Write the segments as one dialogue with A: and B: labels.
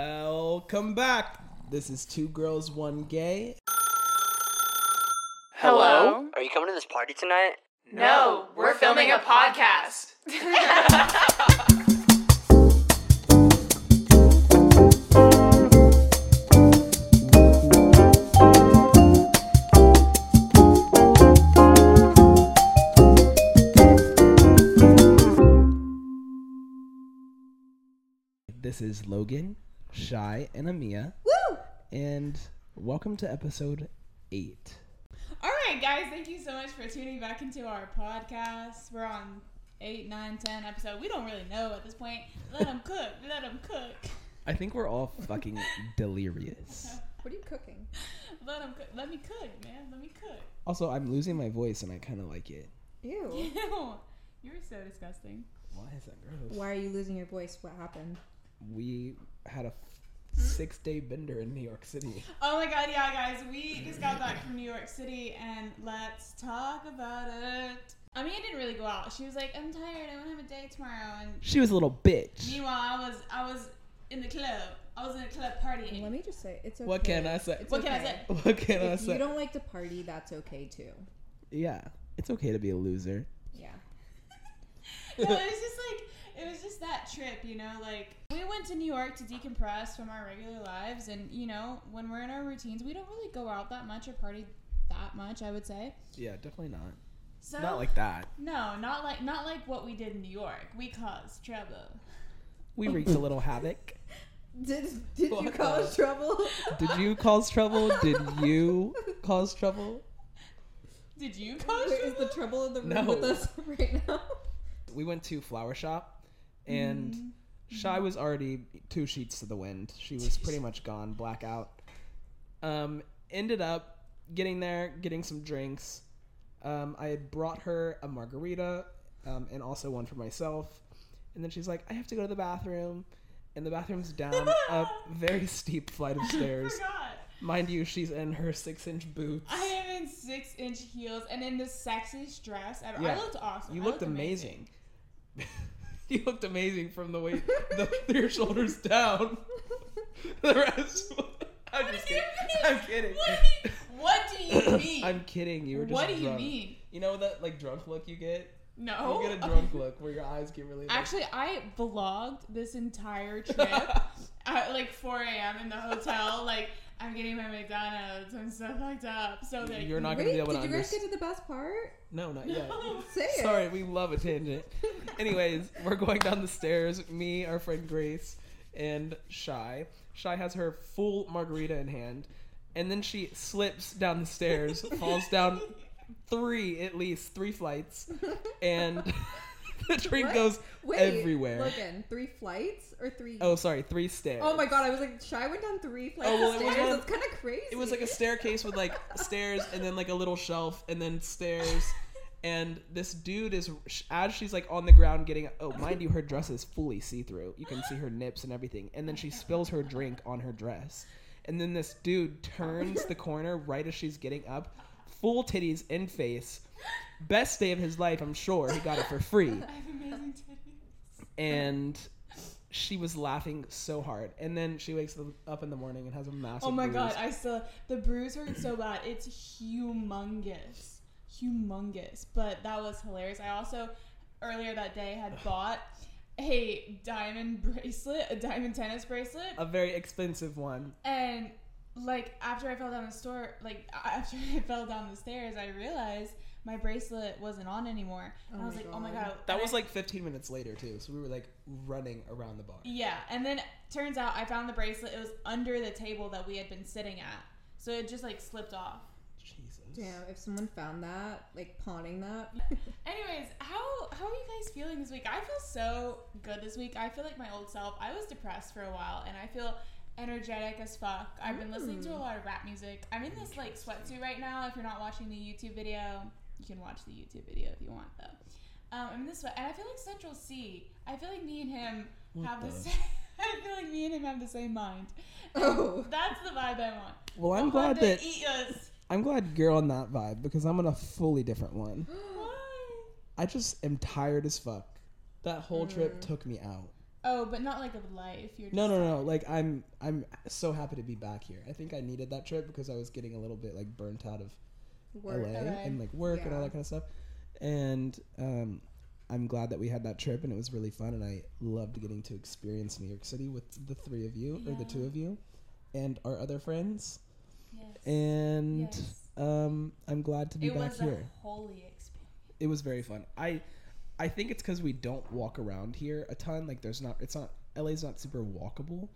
A: Welcome back. This is Two Girls, One Gay.
B: Hello?
C: Are you coming to this party tonight?
B: No, we're filming a podcast.
A: This is Logan, Shy, and Amia.
D: Woo!
A: And welcome to episode eight.
D: All right, guys, thank you so much for tuning back into our podcast. We're on 8, 9, 10 episode. We don't really know at this point. Let them cook. Let them cook.
A: I think we're all fucking delirious.
E: What are you cooking?
D: Let them cook. Let me cook, man. Let me cook.
A: Also, I'm losing my voice and I kind of like it.
E: Ew.
D: Ew. You're so disgusting.
A: Why is that gross?
E: Why are you losing your voice? What happened?
A: We had a six day bender in New York City.
D: Oh my god, yeah, guys. We just got back from New York City and let's talk about it. I mean, I didn't really go out. She was like, I'm tired. I want to have a day tomorrow. And
A: She was a little bitch.
D: meanwhile, I was I was in the club. I was in the club partying.
E: Let me just say it's okay.
A: What can I say?
E: It's
D: what can I
E: okay.
D: say?
A: What can I
E: If you
A: say?
E: don't like to party, that's okay too.
A: Yeah, it's okay to be a loser.
E: Yeah.
D: no, it was just like it was just that trip, you know. Like we went to New York to decompress from our regular lives, and you know, when we're in our routines, we don't really go out that much or party that much. I would say.
A: Yeah, definitely not.
D: So
A: Not like that.
D: no, not like not like what we did in New York. We caused trouble.
A: We wreaked a little havoc.
E: Did did
A: Fuck
E: you cause
A: off.
E: trouble?
A: Did you cause trouble? Did you cause trouble?
D: Did you cause
E: Wait, is
D: trouble?
E: the trouble in the room
A: No.
E: with us right now?
A: We went to Flower Shop and Shy was already two sheets to the wind. She was pretty much gone, blackout. Um, ended up getting there, getting some drinks. Um, I had brought her a margarita um, and also one for myself. And then she's like, I have to go to the bathroom. And the bathroom's down a very steep flight of
D: I
A: stairs.
D: forgot.
A: Mind you, she's in her six inch boots.
D: Oh I am in six inch heels and in the sexiest dress ever.
A: Yeah.
D: I looked awesome.
A: You
D: I
A: looked amazing. you looked amazing from the way the, your shoulders down. the rest. I'm
D: What
A: just
D: do you
A: kidding.
D: mean?
A: I'm kidding.
D: What do you- What do you mean?
A: I'm kidding. You were just.
D: what do you
A: drunk.
D: mean?
A: You know that like drunk look you get.
D: No.
A: You get a drunk look where your eyes get really. like-
D: Actually, I vlogged this entire trip at like 4 a.m. in the hotel. Like, I'm getting my McDonald's and stuff like that. So that
A: You're not
E: Wait,
A: gonna be
E: did
A: able to
E: you guys get
A: understand.
E: to the best part?
A: No, not yet.
E: Say it.
A: Sorry, we love a tangent. Anyways, we're going down the stairs. Me, our friend Grace, and Shy. Shy has her full margarita in hand, and then she slips down the stairs, falls down three at least three flights, and the drink
E: What?
A: goes
E: Wait,
A: everywhere.
E: Logan, three flights or three?
A: Oh, sorry, three stairs.
E: Oh my god, I was like, Shy went down three flights
A: Oh, well, it
E: of
A: was
E: stairs.
A: one-
E: That's kind of crazy.
A: It was like a staircase with like stairs and then like a little shelf and then stairs. And this dude is as she's like on the ground getting oh mind you her dress is fully see through you can see her nips and everything and then she spills her drink on her dress and then this dude turns the corner right as she's getting up full titties in face best day of his life I'm sure he got it for free
D: I have amazing titties.
A: and she was laughing so hard and then she wakes up in the morning and has a massive
D: Oh my
A: bruise.
D: god, I still. The bruise hurt so bad. It's humongous. Humongous. But that was hilarious. I also, earlier that day, had bought a diamond bracelet, a diamond tennis bracelet.
A: a very expensive one.
D: And like after I fell down the store, like after I fell down the stairs, I realized my bracelet wasn't on anymore. And
E: Oh
D: I was
E: my
D: like, oh my
E: God.
D: god.
A: That
D: And
A: was
D: I-
A: like 15 minutes later too, so we were like running around the bar.
D: yeah. And then turns out I found the bracelet. It was under the table that we had been sitting at, so it just like slipped off.
A: Jesus.
E: Damn, if someone found that, like pawning that.
D: Anyways, how how are you guys feeling this week? I feel so good this week. I feel like my old self. I was depressed for a while, and I feel energetic as fuck. I've been listening
A: Hmm.
D: to a lot of rap music. I'm in this like sweatsuit right now. If you're not watching the YouTube video, you can watch the YouTube video if you want though. Um, I'm in this sweat, and I feel like Central C. I feel like me and him have the,
A: the-
D: same. I feel like me and him have the same mind.
E: Oh.
D: That's the vibe I want.
A: Well, I'm
D: I'll have
A: glad
D: to
A: that
D: eat us.
A: I'm glad you're on that vibe because I'm on a fully different one.
D: Why?
A: I just am tired as fuck. That whole trip took me out.
D: Oh, but not like of life. You're just
A: No, no, no. Like I'm I'm so happy to be back here. I think I needed that trip because I was getting a little bit like burnt out of
E: Work.
A: LA
D: Okay.
A: and like work and all
E: Yeah.
A: that kind of stuff. And um I'm glad that we had that trip and it was really fun and I loved getting to experience New York City with the three of you or the
D: Yeah.
A: two of you and our other friends.
D: Yes.
A: And
D: Yes.
A: um I'm glad to be
D: it
A: back
D: was
A: here.
D: a holy experience.
A: It was very fun. I I think it's cuz we don't walk around here a ton. Like there's not it's not LA's not super walkable.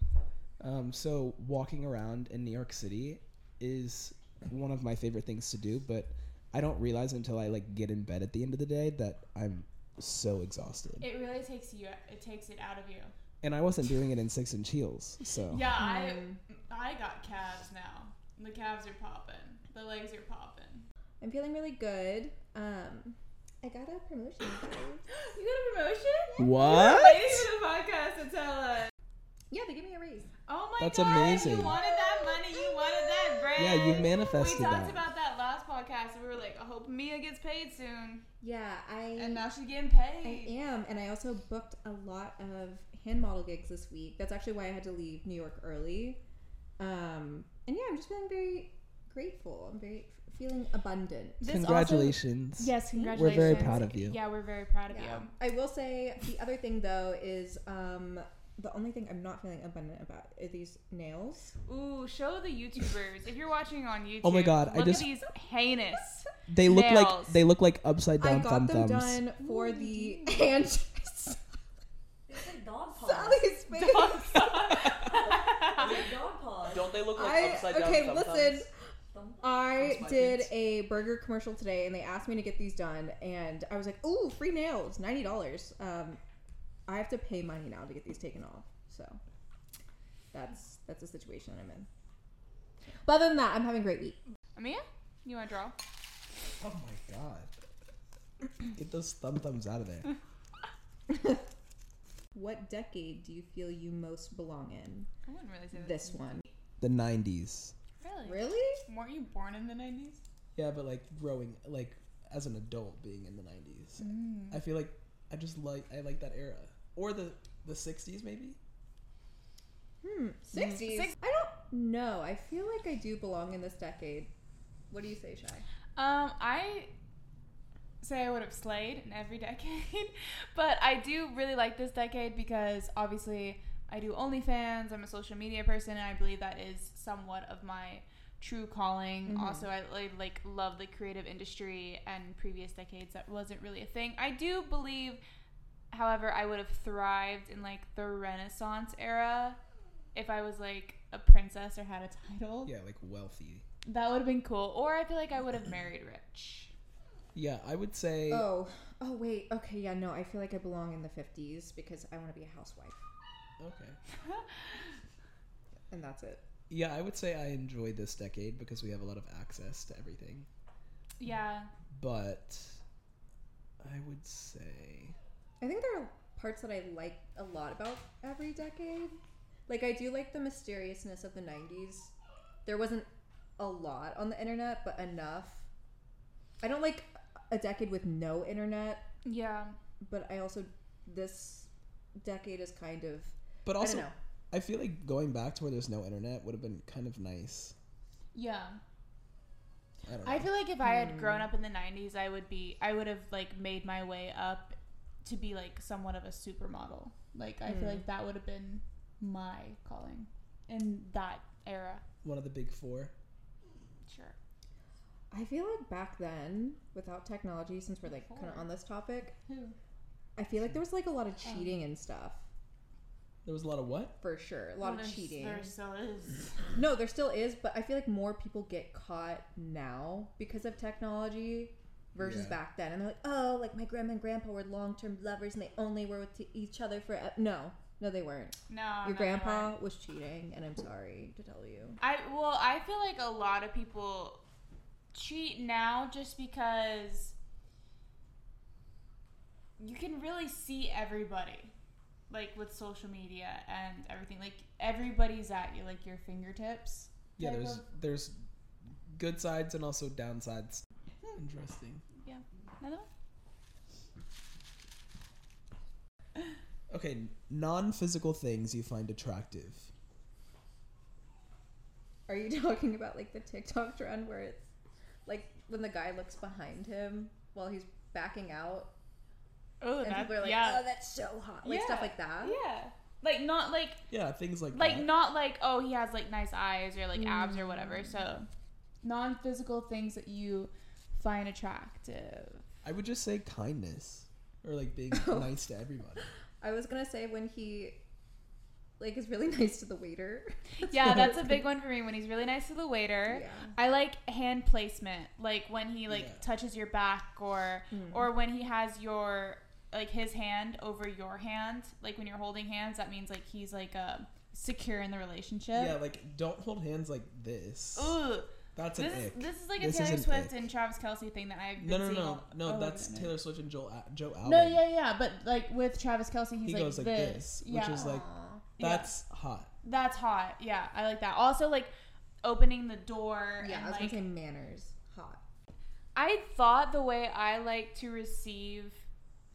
A: Um so walking around in New York City is one of my favorite things to do, but I don't realize until I like get in bed at the end of the day that I'm so exhausted.
D: It really takes you. It takes it out of you.
A: And I wasn't doing it in 6 inch heels. So
D: Yeah, I
E: Mm.
D: I got calves now. The calves are popping. The legs are popping.
E: I'm feeling really good. Um, I got a promotion. guys.
D: You got a promotion?
A: What?
D: Waiting for the podcast to tell us.
E: yeah, they gave me a raise.
D: Oh my
A: That's
D: god!
A: amazing.
D: You wanted that money. You wanted that brand.
A: Yeah, you manifested
D: We talked
A: that.
D: about that last podcast, and we were like, "I hope Mia gets paid soon."
E: Yeah, I
D: And now she's getting paid.
E: I am, and I also booked a lot of hand model gigs this week. That's actually why I had to leave New York early. Um, and yeah, I'm just feeling very grateful. I'm very feeling abundant.
D: This
A: Congratulations.
D: Also, yes,
A: We're
D: congratulations.
A: very proud of you.
D: Yeah, we're very proud of
E: Yeah.
D: you.
E: I will say the other thing though is um, the only thing I'm not feeling abundant about are these nails.
D: Ooh, show the YouTubers if you're watching on YouTube.
A: Oh my God, I
D: Look
A: just-
D: at these heinous.
A: They look like
D: Nails.
A: they look like upside
E: I
A: down
E: got
A: thumb
E: them
A: thumbs.
E: done for the hand.
C: It's like dog paws.
E: Sally's face.
C: It's like dog paws.
F: Don't they look like
E: I
F: upside down?
E: okay.
F: thumbs?
E: Listen,
C: Thumb-
E: I
F: That's my
E: did
F: kids.
E: a burger commercial today, and they asked me to get these done, and I was like, "Ooh, free nails, ninety dollars." Um, I have to pay money now to get these taken off, so that's that's the situation I'm in. But other than that, I'm having a great week.
D: Amia, you want to draw?
A: Oh my god. Get those thumb thumbs out of there.
E: What decade do you feel you most belong in?
D: I wouldn't really say
E: This one,
A: The 90s.
D: Really?
E: really?
D: Weren't you born in the nineties?
A: Yeah, but like growing like as an adult being in the 90s.
E: Mm.
A: I feel like I just like I like that era or the the 60s maybe.
E: Hmm, sixties.
D: Six-
E: I don't know. I feel like I do belong in this decade. What do you say, Shy?
D: Um, I say I would have slayed in every decade, but I do really like this decade because obviously I do OnlyFans. I'm a social media person, and I believe that is somewhat of my true calling. Also, I li- like love the creative industry, and previous decades that wasn't really a thing. I do believe, however, I would have thrived in like the Renaissance era if I was like a princess or had a title.
A: Yeah, like wealthy.
D: That would have been cool. Or I feel like I would have married rich.
A: Yeah, I would say
E: Oh, oh wait. Okay, yeah, no. I feel like I belong in the 50s because I want to be a housewife,
A: okay.
E: and that's it.
A: Yeah, I would say I enjoy this decade because we have a lot of access to everything.
D: Yeah.
A: But I would say
E: I think there are parts that I like a lot about every decade. Like I do like the mysteriousness of the 90s. There wasn't a lot on the internet, but enough. I don't like a decade with no internet,
D: Yeah.
E: but I also this decade is kind of
A: but
E: I
A: also
E: don't know.
A: I feel like going back to where there's no internet would have been kind of nice.
D: Yeah.
A: I don't know.
D: I feel like if I had grown
E: Hmm.
D: up in the 90s, I would be, I would have like made my way up to be like somewhat of a supermodel. Like, I
E: Hmm.
D: feel like that would have been my calling in that era.
A: One of the big 4.
D: Sure.
E: I feel like back then, without technology, since we're like kind of on this topic,
D: Who?
E: I feel like there was like a lot
D: Um,
E: of cheating and stuff.
A: There was a lot of what?
E: for sure. A lot of cheating.
D: There still is.
E: No, there still is, but I feel like more people get caught now because of technology versus
A: Yeah.
E: back then. And they're like, oh, like my grandma and grandpa were long term lovers and they only were with t- each other for. e-" No, no, they weren't.
D: No.
E: Your
D: Oh, no, no.
E: grandpa was cheating, and I'm sorry to tell you.
D: I well, I feel like a lot of people cheat now just because you can really see everybody like with social media and everything like everybody's at you like your fingertips
A: Yeah,
D: type
A: there's
D: of-
A: there's good sides and also downsides.
D: Hmm.
A: Interesting.
D: another one
A: Okay, non-physical things you find attractive.
E: Are you talking about like the TikTok trend where it's like when the guy looks behind him while he's backing out
D: Oh,
E: and
D: that,
E: people are like,
D: yeah.
E: "Oh, that's so hot," like stuff
D: Yeah.
E: like that.
D: yeah. Like not like
A: Yeah, things like
D: like
A: that.
D: not like oh he has like nice eyes or like abs or whatever. So non-physical things that you find attractive.
A: I would just say kindness or like being nice to everybody.
E: I was gonna say when he like is really nice to the waiter.
D: Yeah, that's a big one for me when he's really nice to the waiter.
E: Yeah.
D: I like hand placement, like when he like
A: Yeah.
D: touches your back or or when he has your like his hand over your hand, like when you're holding hands, that means like he's like uh, secure in the relationship.
A: Yeah, like don't hold hands like this.
D: Ooh,
A: That's an
D: this is
A: ick.
D: this is like a
A: This
D: Taylor
A: is an
D: Swift
A: ick.
D: and Travis Kelsey thing that I've been
A: no, no,
D: seeing Oh,
A: no,
D: all-
A: no.
D: over
A: that's
D: the net.
A: Taylor Swift and Joel Al- Joe Alwyn.
D: No, yeah, yeah, but like with Travis Kelsey, he's
A: he
D: like,
A: goes like
D: this,
A: this,
D: yeah.
A: which is like
E: Aw.
D: Yeah.
A: that's hot.
D: that's hot. Yeah, I like that. Also, like opening the door.
E: Yeah,
D: and,
E: I was
D: like,
E: gonna say manners. Hot.
D: I thought the way I like to receive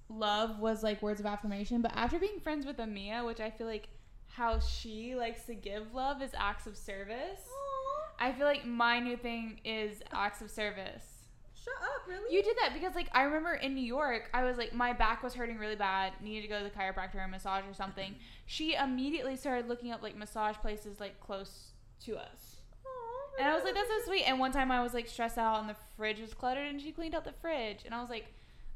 D: love was like words of affirmation, but after being friends with Amia, which I feel like how she likes to give love is acts of service. I feel like my new thing is acts of service.
E: Shut up, really?
D: You did that because like I remember in New York, I was like my back was hurting really bad, needed to go to the chiropractor or massage or something. She immediately started looking up like massage places like close to us. And I was like, that's so sweet. And one time I was like stressed out and the fridge was cluttered and she cleaned out the fridge. And I was like,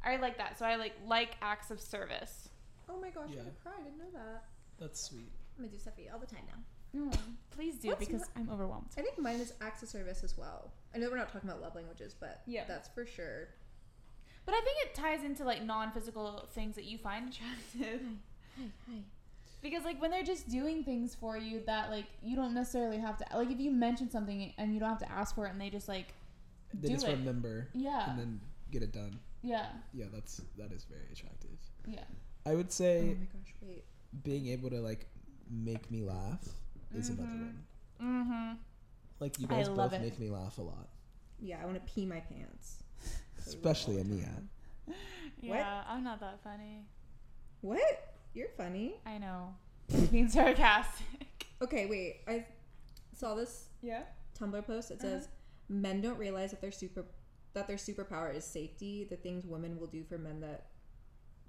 D: I like that. So I like like acts of service.
E: Oh my gosh,
A: Yeah.
E: I'm gonna cry. I didn't know that.
A: That's sweet.
E: I'm gonna do stuff for you all the time now.
D: Mm, please do
E: What's
D: because
E: not-
D: I'm overwhelmed.
E: I think mine is acts of service as well. I know we're not talking about love languages, but
D: Yeah.
E: that's for sure.
D: But I think it ties into like non physical things that you find attractive.
E: Hi, hi.
D: Because like when they're just doing things for you that like you don't necessarily have to like if you mention something and you don't have to ask for it and they just like
A: They
D: do
A: just
D: it.
A: remember
D: Yeah.
A: and then get it done.
D: yeah.
A: Yeah, that's that is very attractive.
D: Yeah.
A: I would
E: Oh
D: Mm.
E: my
A: say
E: gosh, wait.
A: being able to like make me laugh is another one.
D: Mm-hmm.
A: Like you
D: I
A: guys
D: love
A: both
D: it.
A: make me laugh a lot,
E: Yeah, I want to pee my pants.
A: especially Amia.
D: Yeah. I'm not that funny.
E: What? You're funny.
D: I know. Being sarcastic.
E: Okay, wait. I saw this
D: Yeah.
E: Tumblr post. It
D: Uh-huh.
E: says, "Men don't realize that their super that their superpower is safety. The things women will do for men that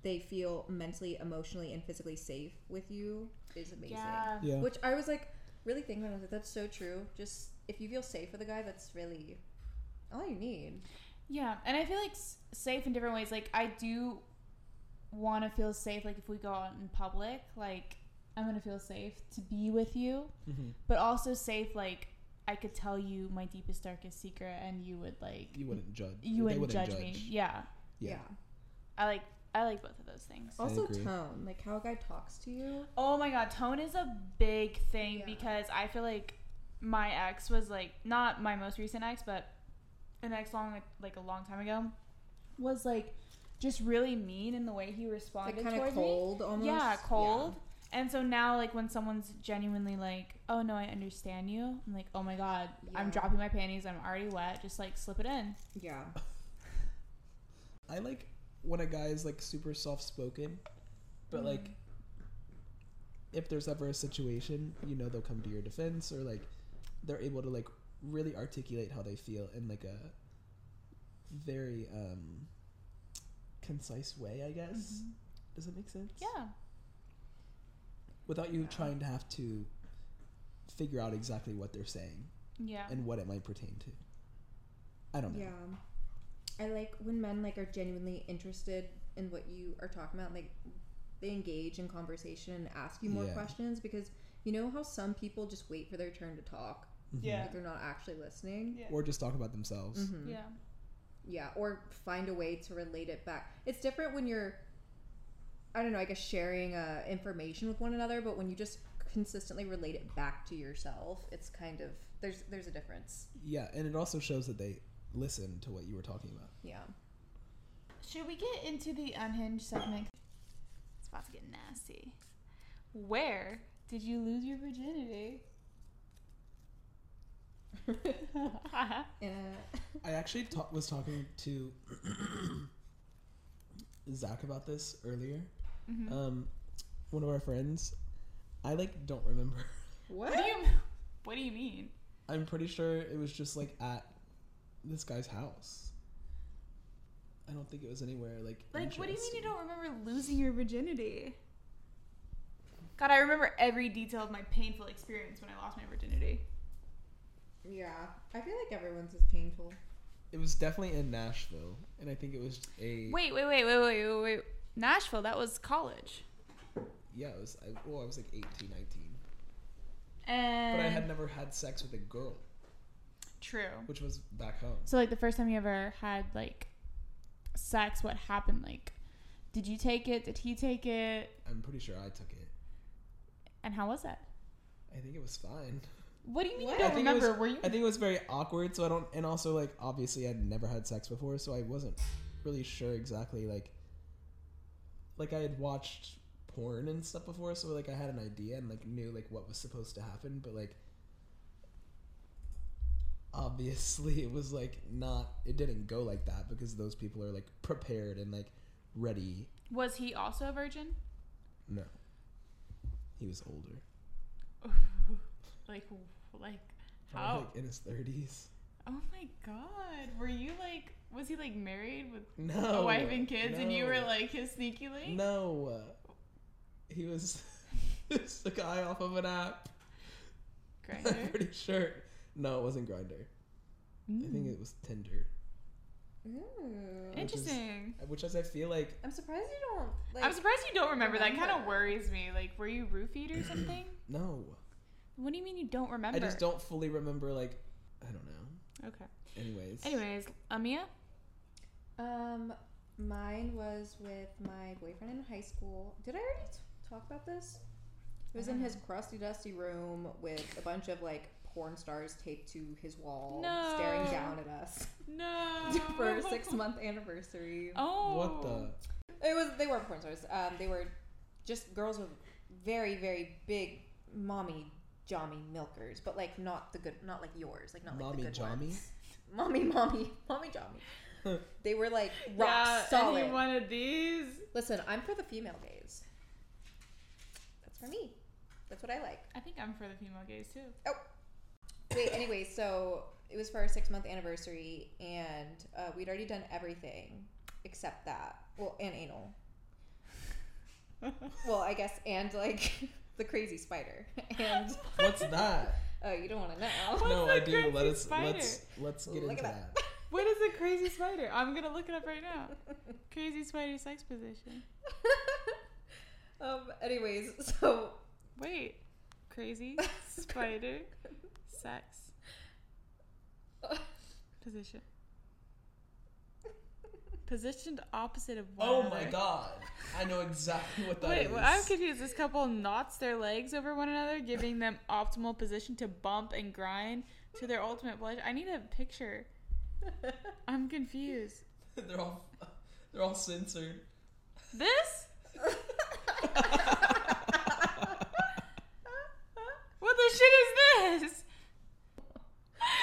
E: they feel mentally, emotionally, and physically safe with you is amazing."
D: Yeah.
A: Yeah.
E: Which I was like really thinking about. it, I was like, "That's so true." Just if you feel safe with a guy, that's really all you need.
D: Yeah, and I feel like s- safe in different ways. Like I do want to feel safe. Like if we go out in public, like I'm gonna feel safe to be with you,
A: Mhm.
D: but also safe. Like I could tell you my deepest darkest secret, and you would like
A: You wouldn't judge.
D: you
A: they
D: wouldn't, judge, me. Yeah,
A: Yeah.
D: I like I like both of those things.
A: I
E: Also,
A: agree.
E: tone, like how a guy talks to you.
D: Oh my god, tone is a big thing
E: Yeah.
D: because I feel like my ex was like not my most recent ex, but an ex long like a long time ago was like just really mean in the way he responded
E: like kind of
D: towards
E: cold,
D: me.
E: almost.
D: Yeah, cold. And so now like when someone's genuinely like, "Oh no, I understand you." I'm like, "Oh my god, I'm
E: Yeah.
D: dropping my panties. I'm already wet. Just like slip it in."
E: Yeah.
A: I like when a guy is like super soft spoken, but
D: Mm-hmm.
A: like if there's ever a situation, you know they'll come to your defense or like they're able to like really articulate how they feel in like a very um concise way, I guess. Does that make sense?
D: Mm-hmm. Yeah.
A: Without you trying to have to figure out exactly what they're saying
D: Yeah.
A: and what it might pertain to. I don't know.
E: Yeah. I like when men like are genuinely interested in what you are talking about. Like they engage in conversation and ask you more
A: Yeah.
E: questions because you know how some people just wait for their turn to talk.
D: Yeah.
E: Like they're not actually listening.
D: Yeah.
A: Mm-hmm. Or just talk about themselves.
E: Mhm.
D: Yeah.
E: Yeah, or find a way to relate it back. It's different when you're, I don't know, I guess sharing uh, information with one another, but when you just consistently relate it back to yourself, it's kind of there's there's a difference.
A: Yeah, and it also shows that they listen to what you were talking about.
E: Yeah.
D: Should we get into the unhinged segment? It's about to get nasty. Where did you lose your virginity?
E: And uh,
A: I actually ta- was talking to Zach about this earlier. Um, one of our friends. I like don't remember.
E: What?
D: What do you What do you mean?
A: I'm pretty sure it was just like at this guy's house. I don't think it was anywhere like.
D: Like, what do you mean you
A: interesting.
D: don't remember losing your virginity? God, I remember every detail of my painful experience when I lost my virginity.
E: yeah, I feel like everyone's is painful.
A: It was definitely in Nashville, and I think it was a.
D: Wait, wait, wait, wait, wait, wait, wait. Nashville, that was college.
A: Yeah, it was. I, well, I was like 18, 19.
D: And
A: But I had never had sex with a girl,
D: true.
A: which was back home.
D: So like the first time you ever had like sex, what happened? Like, did you take it? Did he take it?
A: I'm pretty sure I took it.
D: And how was that?
A: I think it was fine.
D: What do you mean
E: What?
D: you
A: I
D: don't
A: think it
D: remember?
A: was-
D: Were you?
A: I think it was very awkward. So I don't, and also like obviously I'd never had sex before, so I wasn't really sure exactly like, like I had watched porn and stuff before, so like I had an idea and like knew like what was supposed to happen, but like obviously it was like not it didn't go like that because those people are like prepared and like ready.
D: Was he also a virgin?
A: No, he was older,
D: Like, like
A: Probably,
D: how?
A: like in his thirties.
D: Oh my god! Were you like? Was he like married with
A: No,
D: a wife and kids, and you were
A: Oh, no.
D: like his sneaky link?
A: No. He was it's the guy off of an app. I'm
D: Grinder.
A: pretty sure. No, it wasn't Grinder. I
D: Mm.
A: think it was Tinder.
E: Ooh.
A: which is-
D: Interesting.
A: Which as I feel like
E: I'm surprised you don't. Like,
D: I'm surprised you don't remember. That kind
E: remember.
D: of worries me. Like, were you roofied or something?
A: no.
D: what do you mean you don't remember?
A: I just don't fully remember like I don't know.
D: Okay.
A: Anyways.
D: Anyways, Amia.
E: Um, mine was with my boyfriend in high school. Did I already t- talk about this? It was in his
D: Mm.
E: crusty, dusty room with a bunch of like porn stars taped to his wall,
D: No.
E: staring down at us
D: No.
E: for our six month anniversary.
D: Oh.
A: What the
E: It was they weren't porn stars. Um, they were just girls with very, very big mommy jommy milkers, but like not the good, not like yours, like not like
A: Mommy
E: the good
A: jommy?
E: ones. Mommy, mommy, mommy jommy. they were like rock
D: Yeah,
E: solid.
D: Any one of these.
E: Listen, I'm for the female gaze. That's for me. That's what I like.
D: I think I'm for the female gaze too.
E: Oh. Wait, anyway, so it was for our six month anniversary, and uh, we'd already done everything except that. Well, and anal. well, I guess, and like the crazy spider. And
A: What's that?
E: oh, you don't want to know.
D: What's
A: no,
D: the
A: I do. Let
D: crazy
A: us
D: spider?
A: let's let's get
E: Look
A: into
E: at
A: that.
D: What is a crazy spider? I'm gonna look it up right now. Crazy spider sex position.
E: um. Anyways, so
D: Wait. Crazy spider sex position. Positioned opposite of one.
A: Oh my
D: another.
A: god. I know exactly what that is.
D: Wait, well, I'm confused. This couple knots their legs over one another, giving them optimal position to bump and grind to their ultimate pleasure. I need a picture. I'm confused.
A: they're all they're all censored.
D: This? What the shit is this?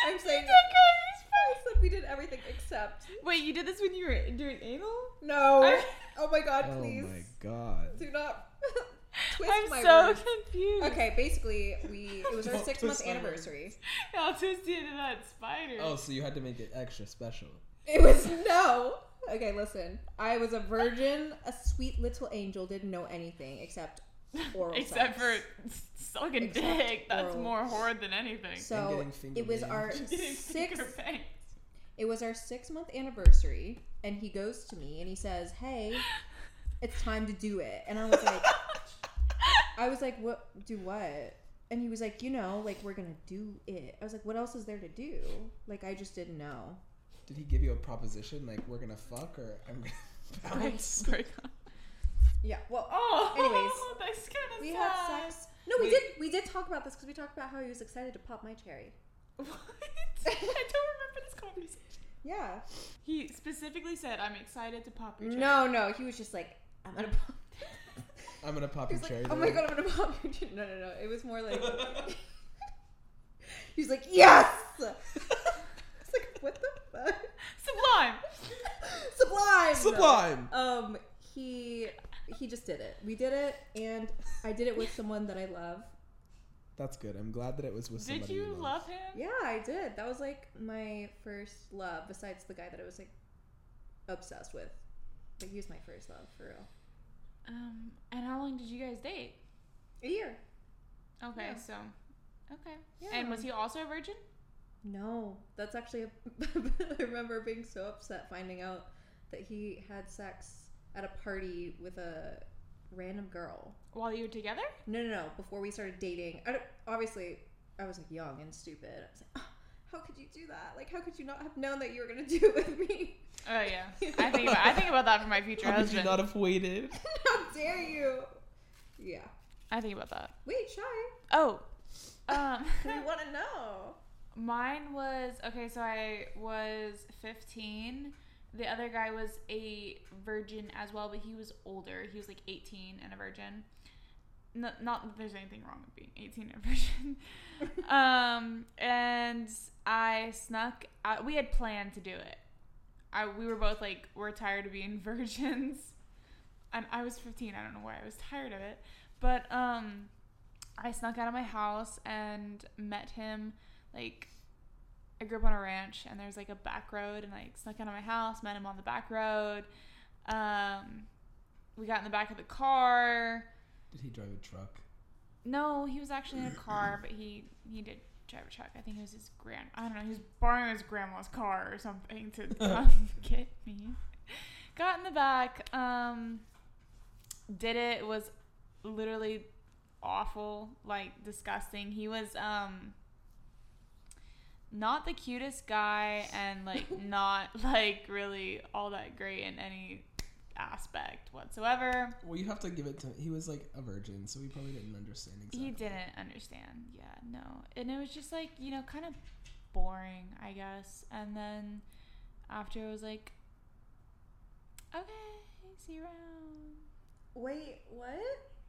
E: I'm saying.
D: It's a
E: I said we did everything except
D: crazy- Wait, you did this when you were doing anal?
E: no.
D: I-
E: Oh my god,
A: Oh
E: please.
A: my god.
E: Do not twist
D: I'm
E: my
D: so
E: words.
D: confused.
E: Okay, basically, we it was our
A: Don't
E: six month
A: twist my words.
E: anniversary.
D: I'll twist you into that spider.
A: Oh, so you had to make it extra special.
E: It was no. Okay, listen. I was a virgin, a sweet little angel, didn't know anything except oral
D: Except for
E: sex.
D: sucking
E: Except
D: dick. That's
E: oral.
D: more horrid than anything.
E: So
A: And getting
E: it was
A: finger
E: our
D: Getting
E: six.
D: finger banged.
E: It was our six month anniversary, and he goes to me and he says, "Hey, it's time to do it." And I was like, I was like, "What? Do what?" And he was like, "You know, like we're gonna do it." I was like, "What else is there to do?" Like I just didn't know.
A: Did he give you a proposition like we're gonna fuck or I'm gonna
D: Break,
A: bounce?
D: break up.
E: Yeah. Well,
D: Oh,
E: Anyways,
D: that's kind of
E: we
D: sad.
E: had sex. No, we
A: Wait.
E: did. We did talk about this because we talked about how he was excited to pop my cherry.
D: What? I don't remember this conversation.
E: Yeah.
D: He specifically said, "I'm excited to pop your cherry."
E: No, no. He was just like, "I'm gonna pop."
A: I'm gonna pop
E: He
A: your
E: was
A: cherry.
E: like, "Oh my
A: there."
E: god, I'm gonna pop your cherry." No, no, no. It was more like. He's like, "Yes." It's like, "What the fuck?"
D: Sublime.
E: Sublime.
A: Sublime.
E: Um, he he just did it. We did it, and I did it with someone that I love.
A: That's good. I'm glad that it was with
D: Did
A: somebody
D: you
A: love.
D: love him?
E: Yeah, I did. That was like my first love, besides the guy that I was like obsessed with. But he was my first love for real.
D: Um, and how long did you guys date?
E: A year.
D: Okay,
E: Yeah.
D: so. Okay.
E: Yeah.
D: And was he also a virgin?
E: No, that's actually. A, I remember being so upset finding out that he had sex at a party with a random girl.
D: While you were together?
E: No, no, no. Before we started dating, I don't, obviously I was like young and stupid. I was like, oh, how could you do that? Like, how could you not have known that you were gonna do it with me?
D: Oh yeah. I think about, I think about that for my future
A: How could you
D: husband.
A: not have waited?
E: how dare you? Yeah.
D: I think about that.
E: Wait, shy.
D: Oh. Um
E: We want to know.
D: mine was okay, so I was 15. The other guy was a virgin as well, but he was older. He was like 18 and a virgin. No, not that there's anything wrong with being 18 and a virgin. um and I snuck out. We had planned to do it. I we were both like we're tired of being virgins. And I was 15. I don't know why I was tired of it, but um I snuck out of my house and met him like I grew up on a ranch and there's like a back road and I snuck out of my house, met him on the back road. Um we got in the back of the car.
A: Did he drive a truck?
D: No, he was actually in a car, but he he did drive a truck. I think it was his grand. I don't know. He was borrowing his grandma's car or something to come get me. Got in the back. Um, did it. It was literally awful, like disgusting. He was um not the cutest guy and like not like really all that great in any aspect whatsoever.
A: Well, you have to give it to. He was like a virgin, so he probably didn't understand exactly.
D: He didn't understand. Yeah, no. And it was just like, you know, kind of boring, I guess. And then after it was like, okay, see you around.
E: Wait, what?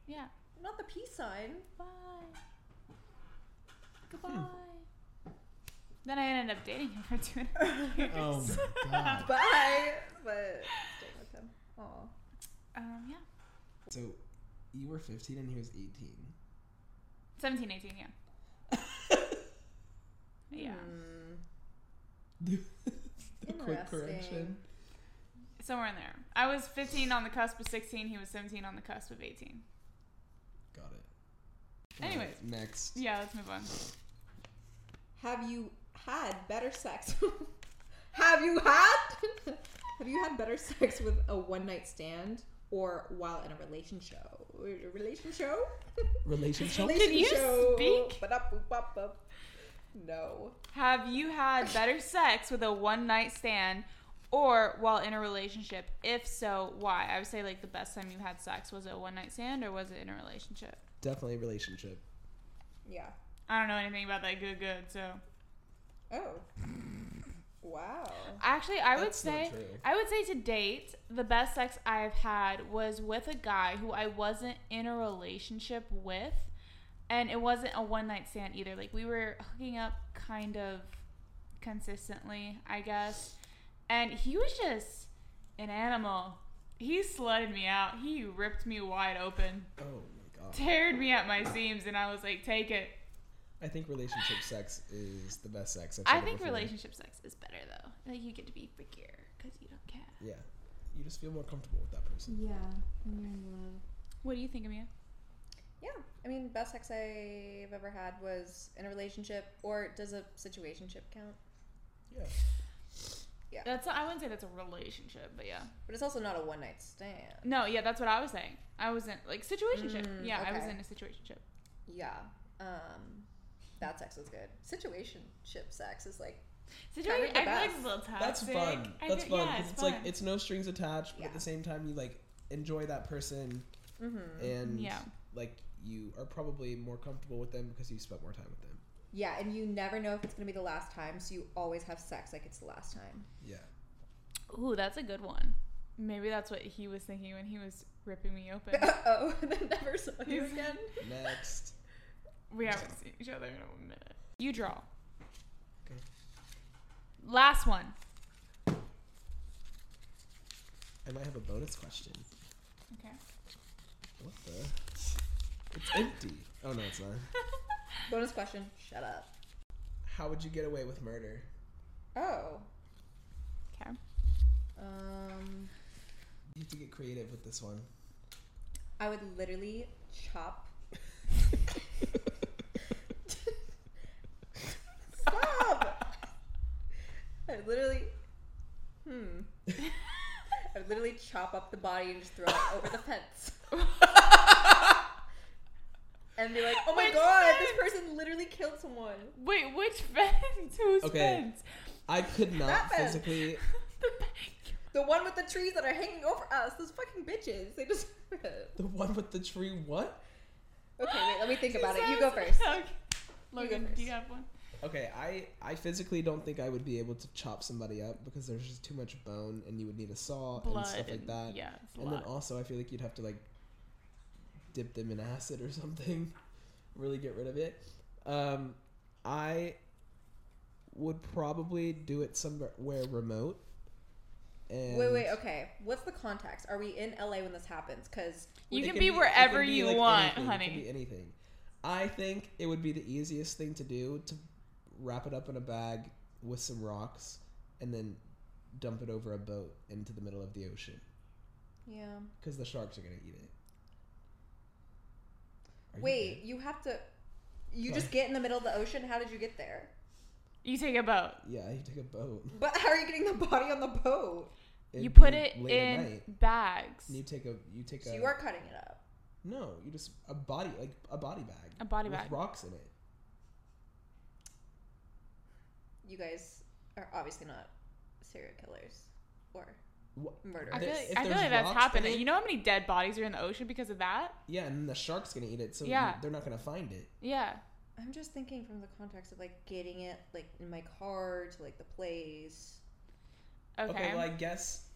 D: Yeah,
E: Not the peace sign.
D: bye. Goodbye. Then I ended up dating him for two and a half years.
A: Oh my god.
E: Bye. But staying with him. Aw.
D: Um, yeah.
A: So, you were 15 and he was 18.
D: 17, 18, yeah. Yeah.
E: Hmm.
A: A quick correction.
E: Interesting.
D: Somewhere in there. I was 15 on the cusp of 16. He was 17 on the cusp of 18.
A: Got it.
D: Anyways.
A: Alright, next.
D: Yeah, let's move on.
E: Have you had better sex? Have you had? Have you had better sex with a one night stand or while in a relationship? Relationship?
A: Relationship.
D: Can you
E: Relationship.
D: speak?
E: Ba-da-boop-bop-bop. No.
D: Have you had better sex with a one night stand or while in a relationship? If so, why? I would say like the best time you had sex was it a one night stand or was it in a relationship?
A: Definitely relationship.
E: Yeah.
D: I don't know anything about that good good, so
E: Oh. Wow.
D: actually I would
A: That's not
D: say
A: true.
D: I would say to date, the best sex I've had was with a guy who I wasn't in a relationship with and it wasn't a one night stand either. Like we were hooking up kind of consistently, I guess. And he was just an animal. He slutted me out. He ripped me wide open,
A: Oh my god.
D: teared me at my seams, and I was like, "Take it."
A: I think relationship sex is the best sex. I've
D: I
A: said it
D: think
A: before.
D: relationship sex is better though. Like you get to be freakier because you don't care.
A: Yeah. You just feel more comfortable with that person.
E: Yeah. When you're in love.
D: What do you think, Amia?
E: Yeah, I mean, best sex I've ever had was in a relationship, or does a situationship count?
A: Yeah.
D: That's I wouldn't say that's a relationship, but yeah.
E: But it's also not a one night stand.
D: No, yeah, that's what I was saying. I wasn't like situationship.
E: Mm,
D: yeah, I was
E: okay.
D: in a situationship.
E: Yeah, um, that sex was good. Situationship sex is like,
D: Situation. I feel like
E: best.
D: it's a little toxic.
A: That's fun.
D: I
A: That's
D: feel-
A: fun.
D: Yeah,
A: 'cause
D: it's,
A: it's
D: fun.
A: like it's no strings attached, but
E: Yeah.
A: at the same time you like enjoy that person
E: mhm.
A: and
D: Mm, Yeah.
A: like you are probably more comfortable with them because you spent more time with them.
E: yeah, and you never know if it's gonna be the last time, so you always have sex like it's the last time.
A: Yeah.
D: Ooh, that's a good one. Maybe that's what he was thinking when he was ripping me open.
E: oh, and then never saw you again.
A: Next.
D: we haven't seen each other in a minute. You draw.
A: Okay.
D: Last one.
A: I might have a bonus question.
D: Okay.
A: What the? It's empty. Oh no, it's not.
E: Bonus question. Shut up.
A: How would you get away with murder?
E: Oh.
D: Okay.
E: Um.
A: You have to get creative with this one.
E: I would literally chop. Stop! I would literally. Hmm. I would literally chop up the body and just throw it over the fence. And be like, oh my
D: Which
E: god,
D: fence?"
E: this person literally killed someone.
D: Wait, which fence? Whose
A: Okay.
D: fence?
A: I could not
E: Stop it.
A: physically.
D: The back.
E: The one with the trees that are hanging over us, those fucking bitches. They just. okay,
A: The one with the tree. What?
E: wait, let me think
D: She
E: about it. You go
D: says-
E: first.
D: Okay. Logan, do
E: first.
D: you have one?
A: Okay, I I physically don't think I would be able to chop somebody up because there's just too much bone, and you would need a saw and
D: Blood
A: stuff like that.
D: Yeah, it's a
A: and then
D: lot.
A: also, I feel like you'd have to like dip them in acid or something, really get rid of it. Um, I would probably do it somewhere remote. And
E: Wait, wait, okay. What's the context? Are we in LA when this happens? Because
D: you
A: It
D: can
A: could
D: be
A: it could
D: wherever
A: be,
D: you
A: like,
D: want,
A: anything. It could be
D: honey.
A: anything. I think it would be the easiest thing to do to wrap it up in a bag with some rocks and then dump it over a boat into the middle of the ocean
E: yeah.
A: because the sharks are going to eat it. Are you
E: Wait, you have to. You just
A: Sorry.
E: get in the middle of the ocean. How did you get there?
D: You take a boat.
A: good? Yeah, you took a boat.
E: But how are you getting the body on the boat?
A: It'd
D: you put
A: be
D: it
A: late at
D: in
A: night,
D: bags.
A: and you take a. You take
E: So
A: a.
E: you are cutting it up.
A: no, you just a body like a body bag.
D: A body
A: with
D: bag.
A: rocks in it.
E: You guys are obviously not serial killers or
A: Wha-
E: murderers.
D: I feel
A: There-
D: like,
A: if
D: I feel
A: there's
D: like that's
A: rocks in
D: happening.
A: it-
D: You know how many dead bodies are in the ocean because of that?
A: Yeah, and the shark's gonna eat it, so you-
D: Yeah.
A: they're not gonna find it.
D: Yeah.
E: I'm just thinking from the context of like getting it like in my car to like the place.
D: Okay.
A: okay well, I guess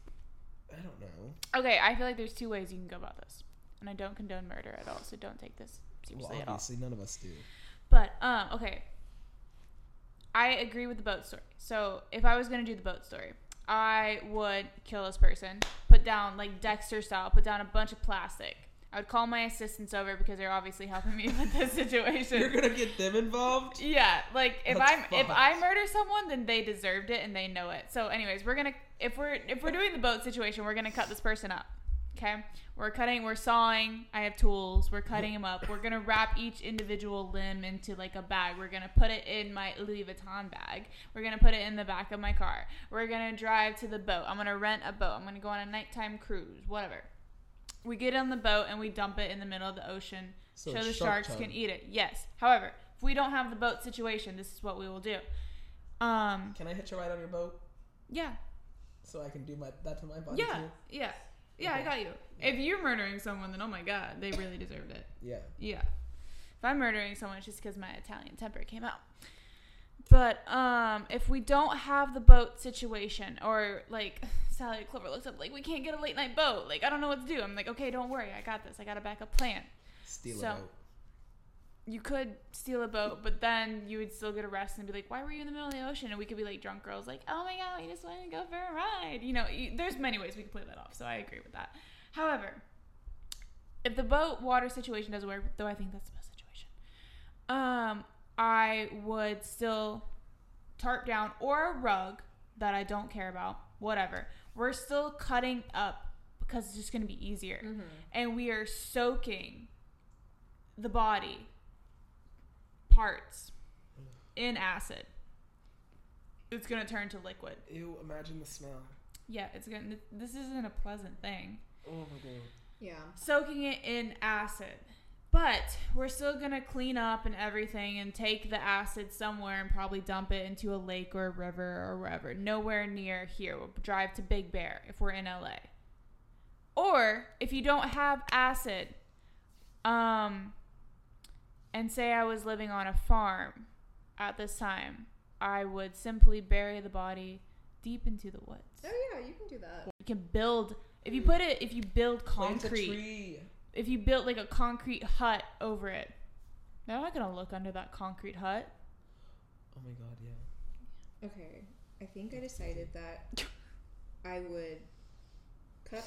A: I don't know.
D: Okay, I feel like there's two ways you can go about this. And I don't condone murder at all, so don't take this
A: Well,
D: seriously at all.
A: obviously, none of us do.
D: But um, okay. I agree with the boat story. So if I was gonna do the boat story, I would kill this person, put down like Dexter style, put down a bunch of plastic. I would call my assistants over because they're obviously helping me with this situation.
A: You're gonna get them involved.
D: Yeah, like if
A: That's
D: I'm if
A: fucked.
D: I murder someone, then they deserved it and they know it. So, anyways, we're gonna if we're if we're doing the boat situation, we're gonna cut this person up. Okay, we're cutting, we're sawing. I have tools. We're cutting him up. We're gonna wrap each individual limb into like a bag. We're gonna put it in my Louis Vuitton bag. We're gonna put it in the back of my car. We're gonna drive to the boat. I'm gonna rent a boat. I'm gonna go on a nighttime cruise. Whatever. We get on the boat and we dump it in the middle of the ocean
A: So
D: so, the
A: shark
D: sharks
A: time.
D: can eat it. Yes. However, if we don't have the boat situation, this is what we will do. Um.
A: Can I hitch a ride on your boat
D: Yeah.
A: so I can do my that to my body
D: Yeah.
A: too?
D: Yeah. Yeah. I
A: Okay.
D: got you. If you're murdering someone, then oh my god, they really deserved it.
A: Yeah.
D: Yeah. If I'm murdering someone, it's just because my Italian temper came out. But um, if we don't have the boat situation, or like Sally Clover looks up, like we can't get a late night boat. Like I don't know what to do. I'm like, okay, don't worry, I got this. I got a backup plan.
A: Steal
D: So-
A: a boat.
D: You could steal a boat, but then you would still get arrested and be like, why were you in the middle of the ocean? And we could be like drunk girls, like, oh my god, we just wanted to go for a ride. You know, you, there's many ways we could play that off. So I agree with that. However, if the boat water situation doesn't work, though I think that's the best situation, um, I would still tarp down or a rug that I don't care about, whatever. We're still cutting up because it's just going to be easier.
E: Mm-hmm.
D: And we are soaking the body parts in acid. It's going to turn to liquid.
A: Ew! Imagine the smell.
D: Yeah, it's going to this isn't a pleasant thing
A: Oh my god.
E: Yeah.
D: soaking it in acid. But we're still gonna clean up and everything and take the acid somewhere and probably dump it into a lake or a river or wherever. Nowhere near here. We'll drive to Big Bear if we're in LA. Or if you don't have acid, um, and say I was living on a farm at this time, I would simply bury the body deep into the woods.
E: Oh yeah, you can do that.
D: You can build if you put it if you build
A: Plant a
D: concrete
A: tree.
D: if you built like a concrete hut over it. They're not gonna look under that concrete hut.
A: Oh my god. Yeah.
E: Okay. I think I decided that I would cut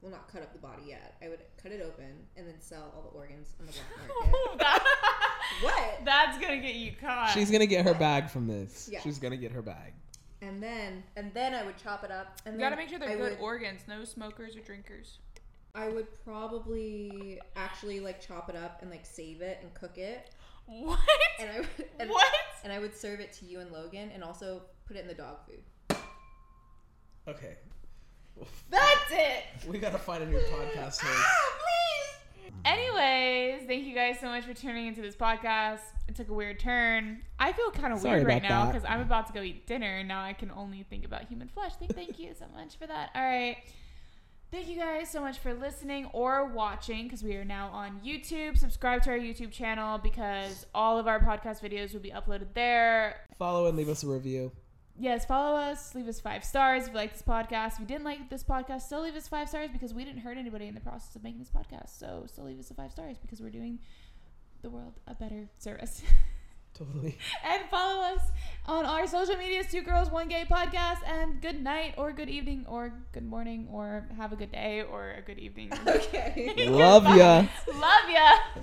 E: well, not cut up the body yet. I would cut it open and then sell all the organs on the black market.
D: Oh, that-
E: what?
D: that's gonna get you caught.
A: She's gonna get
D: uh,
A: her bag from this.
E: Yeah.
A: She's gonna get her bag.
E: And then and then I would chop it up. And
D: you
E: then
D: gotta make sure they're
E: I would,
D: good organs. No smokers or drinkers.
E: I would probably actually like chop it up and like save it and cook it.
D: What?
E: And I would, and,
D: what?
E: and I would serve it to you and Logan and also put it in the dog food.
A: Okay.
D: That's it.
A: We gotta find a new podcast host.
D: Anyways, thank you guys so much for tuning into this podcast. It took a weird turn. I feel kind of
A: Sorry
D: weird right
A: about
D: now
A: that.
D: because I'm about to go eat dinner and now I can only think about human flesh. Thank, thank you so much for that. All right. Thank you guys so much for listening or watching because we are now on YouTube. Subscribe to our YouTube channel because all of our podcast videos will be uploaded there.
A: Follow and leave us a review.
D: Yes, follow us. Leave us five stars if you like this podcast. If you didn't like this podcast, still leave us five stars because we didn't hurt anybody in the process of making this podcast. So still leave us the five stars because we're doing the world a better service.
A: Totally.
D: and follow us on our social medias, Two Girls, One Gay Podcast. And good night, or good evening, or good morning, or have a good day, or a good evening.
E: Okay.
A: Love ya.
D: Love ya.